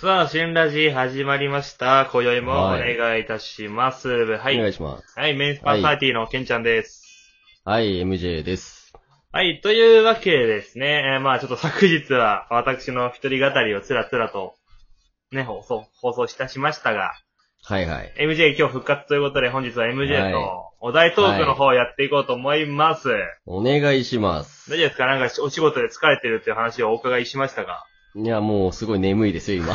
さあ、新ラジ始まりました。今宵もお願いいたします。はお願いい。します。はい、メインパーサーティーのケンちゃんです。はい、MJ です。はい、というわけでですね、えーまあちょっと昨日は私の一人語りをつらつらと、ね、放送、放送いたしましたが、はいはい。 MJ 今日復活ということで本日は MJ はいのお題トークの方をやっていこうと思います。お願いします。大丈夫ですかなんかお仕事で疲れてるっていう話をお伺いしましたが。いや、もうすごい眠いで すよ、今。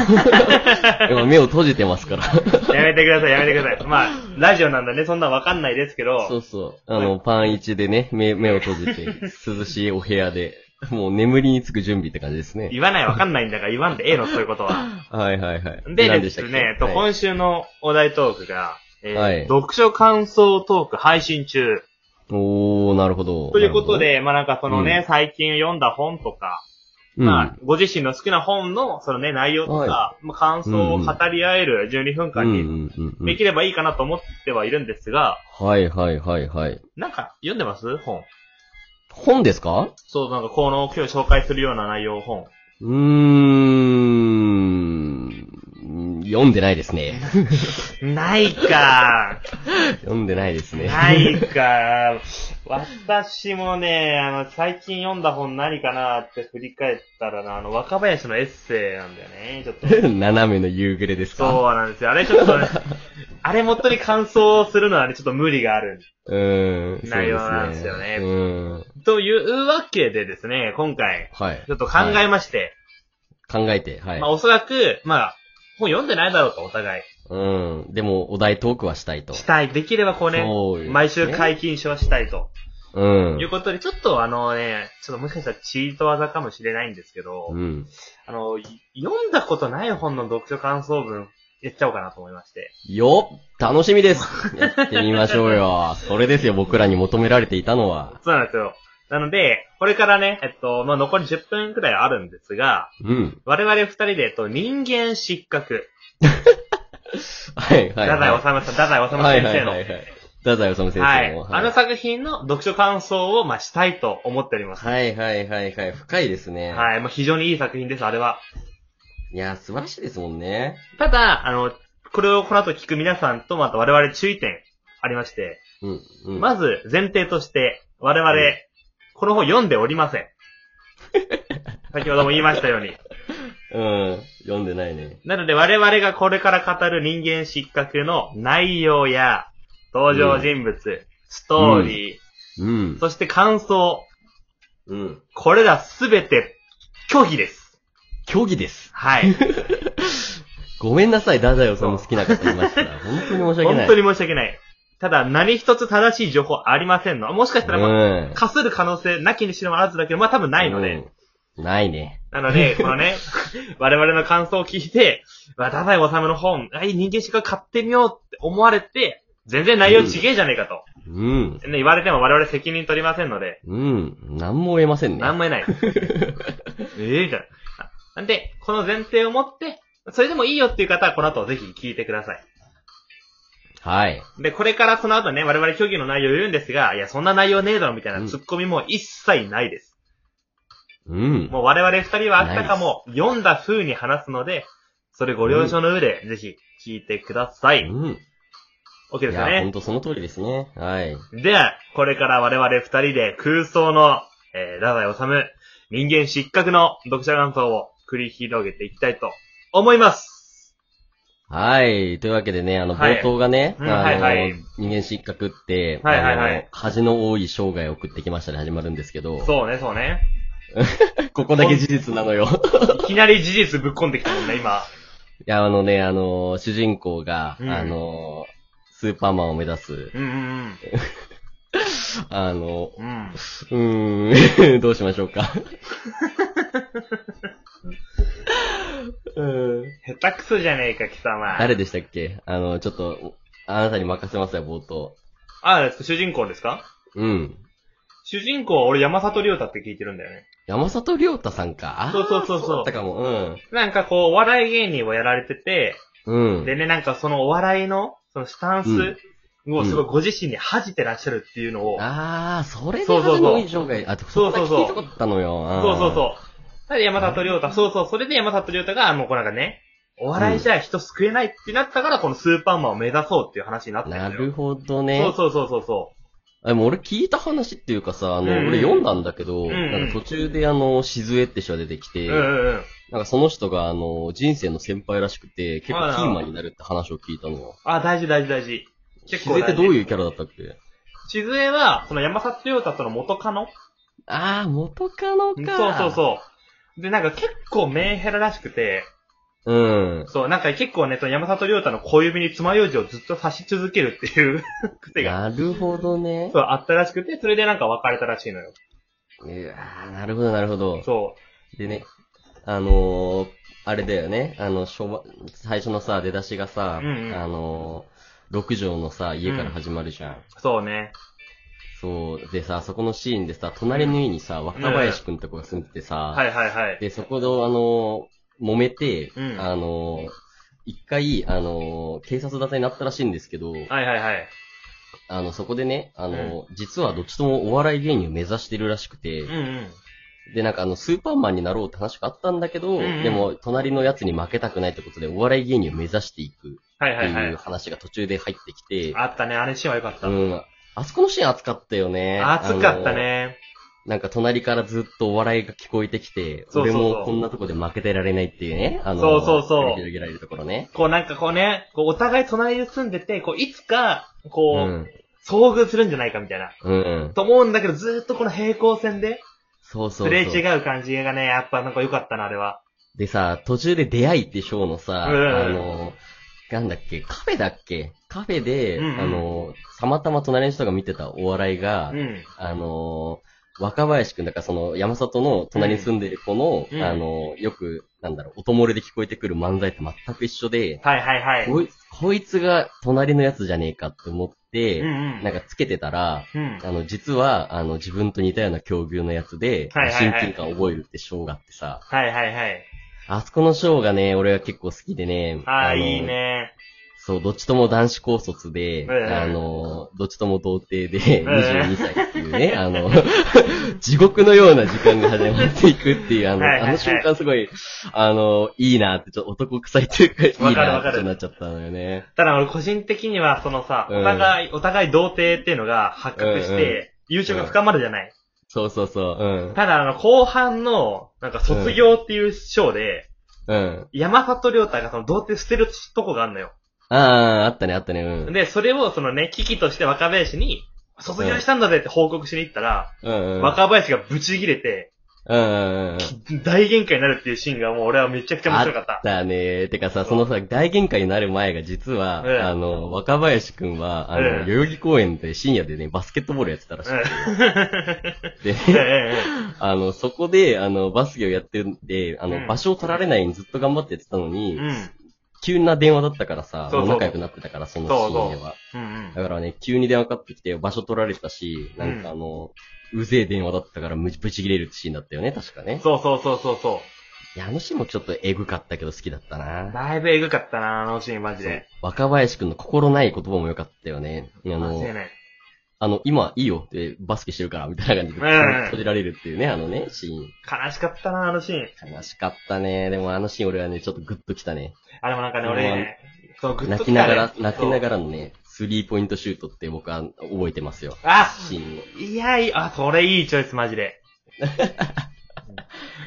今目を閉じてますから。やめてください、やめてください。まあ、ラジオなんだね、そんなんわかんないですけど。そうそう。あの、パン1でね、目、目を閉じて、涼しいお部屋で、もう眠りにつく準備って感じですね。言わないわかんないんだから言わんでええの、そういうことは。はいはいはい。で 何ですっけね、とはい今週のお題トークが、えーはい読書感想トーク配信中。おー、なるほど。ということなるで、まあなんかそのね、う最近読んだ本とか、ほど、まあご自身の好きな本のそのね、内容とか、はまあ、感想を語り合える12分うん、間うにんうんうんうでん。きればいいかなと思ってはいるんですが、はいはいはいはい。なんか読んでます本。本ですかそう、なんかこの今日紹介するような内容本。うーん、読んでないですね。ないか読んでないですね。ないか。私もね、あの、最近読んだ本何かなって振り返ったらな、あの、若林のエッセイなんだよね、ち ょっと。 斜めの夕暮れですかそうなんですよ。あれちょっ とね、あれ元に感想するのはね、ちょっと無理がある。うーん。そう内容なんですよねうーん。というわけでですね、今回、はい。ちょっと考はいえまして、考えて、はい。まあおそらく、まあ、本読んでないだろうと、お互い。うん。でも、お題トークはしたいと。したい。できればこうね、そうですね毎週解禁書はしたいと。う。いうんことで、ちょっとあのね、ちょっともしかしたらチート技かもしれないんですけど、うん。あの、い読んだことない本の読書感想文、やっちゃおうかなと思いまして。よ楽しみです やってみましょうよ。それですよ、僕らに求められていたのは。そうなんですよ。なので、これからね、えっと、まあ、残り10分くらいあるんですが、うん。我々二人で、えっと、人間失格。はい、はい。太宰治はさん、太宰治い、先は生い、の。ははいい。太宰治先生の。あの作品の読書感想を、まあ、したいと思っております。はい、はい、はい、はい。深いですね。はい。まあ、非常にいい作品です、あれは。い。いや、素晴らしいですもんね。ただ、あの、これをこの後聞く皆さんと、また我々注意点ありまして、うん。うん。まず前提として、我々、うんこの本読んでおりま せん。先ほども言いましたように。うん。読んでないね。なので我々がこれから語る人間失格の内容や、登場人物、ストーリー、うん。そして感想、うん。これらすべて拒否です。虚偽です。はい。ごめんなさい、ダザイオさんも好きな方いましたら。本当に申し訳な本い。当に申し訳ない。ただ、何一つ正しい情報ありませんの。もしかしたら、まあ、うん。かする可能性、なきにしろあらずだけど、まあ多分ないので、うん。ないね。なの で、このね、我々の感想を聞いて、まあ、太宰治の本、あ、いい人間史が買ってみようって思われて、全然内容ちげえじゃねえかと、うん。ね、言われても我々責任取りませんので、うん。何も言えませんね。なんも言え ない。ええじゃん。あなんで、この前提を持って、それでもいいよっていう方はこの後ぜひ聞いてください。はい。で、これからその後ね、我々虚偽の内容を言うんですが、いや、そんな内容ねえだろみたいなうん突っ込みも一切ないです。うん。もう我々二人はあったかも読んだ風に話すので、それご了承の上で、ぜひ聞いてください。うん。 OK でいすかや、本ね。当その通りですね。はい。では、これから我々二人で空想の、えー、ラダイ治、人間失格の読者感想を繰り広げていきたいと思います。はい。というわけでね、あの、はい冒頭がね、うんあはいのはい、人間失格って、はいはいはいあの恥の多い生涯を送ってきましたで始まるんですけど、そうね、そうね。ここだけ事実なのよ。いきなり事実ぶっこんできたもんね、今。いや、あのね、あの、主人公が、うんあの、スーパーマンを目指す、うんうんあの、うん。うん。うーん、 どうしましょ うか。うん下手くそじゃねえか、貴様。誰でしたっけあの、ちょっと、あなたに任せますよ、冒頭。あ、主人公ですかうん。主人公は俺山里亮太って聞いてるんだよね。山里亮太さんか。あーそうそうそうそうだったかも。なんかこう、お笑い芸人をやられてて、うん。うん。でね、なんかそのお笑いの、そのスタンスをうんすごいご自身に恥じてらっしゃるっていうのを、あー、それでそうそう初そうの印象が、あ、そうそうそうそんな聞いたことあったのよ。そうそううそう。で、山里亮太、そうそう、それで山里亮太が、もうこうなんかね、お笑いじゃ人救えないってなったから、このスーパーマンを目指そうっていう話になったんだよ。なるほどね。そうそうそうそうそあでも俺聞いた話っていうかさ、あの、うん俺読んだんだけど、んなんか途中であの、しずえって人が出てきて、う。うんうんうん。なんかその人があの、人生の先輩らしくて、結構キーマンになるって話を聞いたのよ。あ、大事大事大事。結し構ずえ大っ事てどういうキャラだったっけしずえは、その山里亮太との元カノあー、元カノそうか。そうそう。で、なんか結構メンヘラらしくて、う。うん。そう、なんか結構ね、その山里亮太の小指に爪楊枝をずっと刺し続けるっていう 癖が、なるほどね。そう、あったらしくて、それでなんか別れたらしいのよ。うわーなるほど、なるほど。そでね、あのー、あれだよね、あの、初ば最初のさ、出だしがさ、うんうんあのー、6畳のさ、家から始まるじゃん。う、そうね。そう、でさ、そこのシーンでさ、隣の家にさ、若林くんとかが住んでてさ、はいはいはい。で、そこで、あのー、揉めて、うんあのー、一回、あのー、警察沙汰になったらしいんですけど、はいはいはい。あの、そこでね、あのー、実はどっちともお笑い芸人を目指してるらしくて、うんうん。で、なんかあの、スーパーマンになろうって話があったんだけど、うんうんでも、隣のやつに負けたくないってことで、お笑い芸人を目指していくはいって。はいはいいう話が途中で入ってきて、あったね、あれシーンは良かった。うん。あそこのシーン熱かったよね。暑かったあの。ね。なんか隣からずっとお笑いが聞こえてきて、そうそうそう俺もこんなとこで負けてられないっていうね。あの、そうそうそう繰り広げられるところね。こうなんかこうね、こうお互い隣で住んでて、こういつか、うこう、ん。遭遇するんじゃないかみたいな。うん。と思うんだけど、ずーっとこの平行線で、そうそすうそう。れ違う感じがね、やっぱなんか良かったな、あれは。でさ、途中で出会いってショーのさ、うんあの、なんだっけ、カフェだっけカフェで、うんうんあの、たまたま隣の人が見てたお笑いが、うん。あの、若林くんだからその山里の隣に住んでる子の、うんあの、よく、なんだろう、音漏れで聞こえてくる漫才と全く一緒で、はいはいはい。こいこいつが隣のやつじゃねえかって思って、うんうん。なんかつけてたら、うん。あの、実は、あの、自分と似たような境遇のやつで、はいはい親はい近感を覚えるってショーがあってさ、はいはいはい。あそこのショーがね、俺は結構好きでね。ああ、のいい。ね。そう、どっちとも男子高卒で、ええあの、どっちとも童貞で、22歳っていうね、あの、 地獄のような時間が始まっていくっていう、あはの、いはいはいあの瞬間すごい、あの、いいなって、ちょっと男臭いというか、いいわかるなわっかてるちょっとなっちゃったのよね。ただ俺個人的には、そのさ、うんお互い、お互い童貞っていうのが発覚して、友情が深まるじゃない。そうそうそう、ただあの、後半の、なんか卒業っていうショーで、うん。うん。山里亮太がその童貞捨てるとこがあるのよ。ああ、あったね、あったね、うん。で、それをそのね、危機として若林に、卒業したんだぜって報告しに行ったら、うんうん。若林がブチギレて、うんうんうん。大喧嘩になるっていうシーンがもう俺はめちゃくちゃ面白かった。だね。てかさ、そのさ、大限界になる前が実は、ええあの、若林くんは、あの、ええ代々木公園で深夜でね、バスケットボールやってたらしくて、うんええで、ええあの、そこで、あの、バスケをやってんで、あの、うん場所を取られないようにずっと頑張ってやってたのに、 うん。急な電話だったからさ、そうそうもう仲良くなってたから、そのシーンでは。うんだからね、急に電話かかってきて、場所取られたし、なんかあの、うぜえ電話だったから、むぶち切れるシーンだったよね、確かうん。ね。そうそうそうそうそいや、あのシーンもちょっとエグかったけど好きだったなう。。だいぶエグかったな、あのシーンマジで。若林くんの心ない言葉も良かったよね。あ間の違い、ない。あの、今いいよってバスケしてるから、みたいな感じでうん閉じられるっていうね、あのね、シーン。悲しかったな、あのシーン。悲しかったね。でもあのシーン俺はね、ちょっとグッときたね。あ、でもなんかね、俺ね、そう、グッ泣とききなたねがら、泣きながらのね、スリーポイントシュートって僕は覚えてますよ。あシーンを。いやいや、あ、それいいチョイス、マジ で。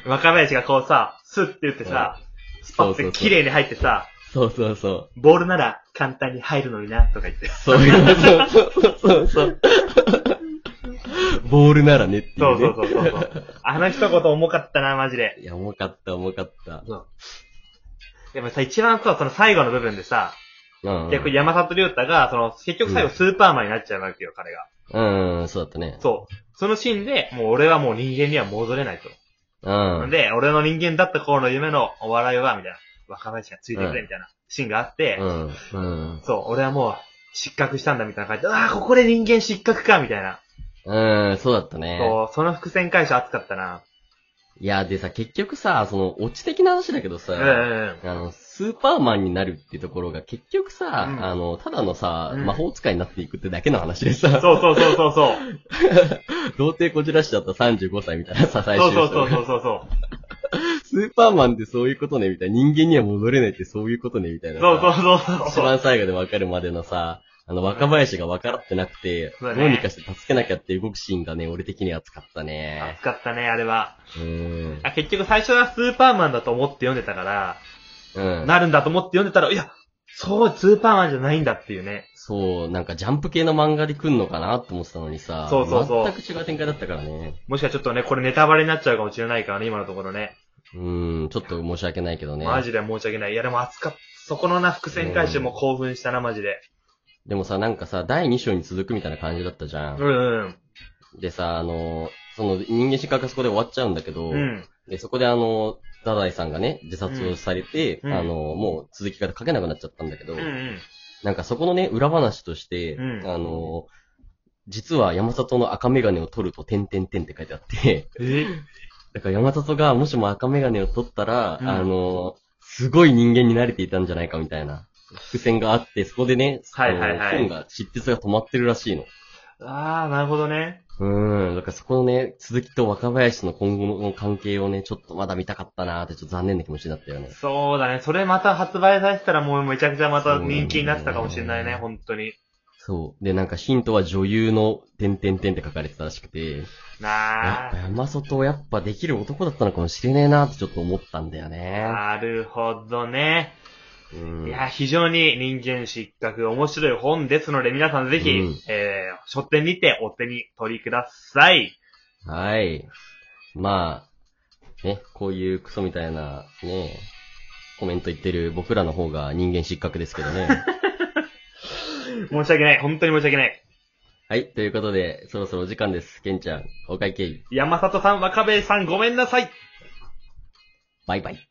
若林がこうさ、スッて打ってさ、スパッそうそてうそう綺麗に入ってさ、そうそうそう。ボールなら簡単に入るのにな、とか言って。そういう、そうそうそうそう。ボールならねっていう、ね。そうそうそうそう そう。あの一言重かったな、マジで。いや、重かった、重かった。そう。でもさ、一番さ、その最後の部分でさ、うん。逆に山里亮太が、その、結局最後スーパーマンになっちゃうわけよ、彼が。うん、そうだったね。そう。そのシーンで、もう俺はもう人間には戻れないと。うん。で、俺の人間だった頃の夢のお笑いは、みたいな。若林がついてくうれ、んみたいなシーンがあって、うん。うん。そう、俺はもう失格したんだ、みたいな感じで、ああ、ここで人間失格か、みたいな。うん、そうだったね。そう、その伏線回収熱かったな。いや、でさ、結局さ、その、オチ的な話だけどさ、うんうんうん。あの、スーパーマンになるってところが、結局さ、うんあの、ただのさ、うん魔法使いになっていくってだけの話でさ、そうそうそうそうそう。 童貞こじらしちゃった35歳みたいなさ、最そう終そ章うそうがそうそう。ススーパーマンってそういうことね、みたいな。人間には戻れないってそういうことね、みたいな。そうそうそうそう。 一番最後で分かるまでのさ、あの、若林が分からってなくて、そうだねどうにかして助けなきゃって動くシーンがね、俺的には熱かったね熱。かったね、あれは。うーん。あ結局最初はスーパーマンだと思って読んでたから、うん。なるんだと思って読んでたら、いや、そう、スーパーマンじゃないんだっていうね。そう、なんかジャンプ系の漫画で来んのかなって思ってたのにさ、そうそうそう全く違う展開だったからね。もしかちょっとね、これネタバレになっちゃうかもしれないからね、今のところね。うーん、ちょっと申し訳ないけどね。マジで申し訳ない。いや、でも熱かった。そこのな、伏線回収も興奮したな、マジで。でもさ、なんかさ、第2章に続くみたいな感じだったじゃ。うんんでさ、あの、その人間失格がそこで終わっちゃうんだけど、うん。うん。で、そこであの、ダダイさんがね、自殺をされて、うんあの、もう続きが書けなくなっちゃったんだけど、うんうん。なんかそこのね、裏話として、うんあの、実は山里の赤眼鏡を取ると、点点点って書いてあって、えだから山里がもしも赤眼鏡を取ったら、うんあの、すごい人間に慣れていたんじゃないかみたいな伏線があって、そこでね、はいはいはいあの本が、執筆が止まってるらしいの。あー、なるほどね。うん、だからそこのね、鈴木と若林との今後の関係をね、ちょっとまだ見たかったなーって、ちょっと残念な気持ちになったよね。そうだね。それまた発売されてたらもうめちゃくちゃまた人気になってたかもしれないね、そう本当に。そう。で、なんかヒントは女優の点点点って書かれてたらしくて、やなっぱ山里やっぱできる男だったのかもしれねえなーってちょっと思ったんだよあ。ね。なるほどね。うん。いや、非常に人間失格、面白い本ですので、皆さんぜひ、うんえー、書店にてお手に取りください。はい。まあ、ね、こういうクソみたいな、ね、コメント言ってる僕らの方が人間失格ですけどね。申し訳ない。本当に申し訳ない。はい、ということで、そろそろお時間です。ケンちゃん、お会計、山里さん、若部さん、ごめんなさい。バイバイ。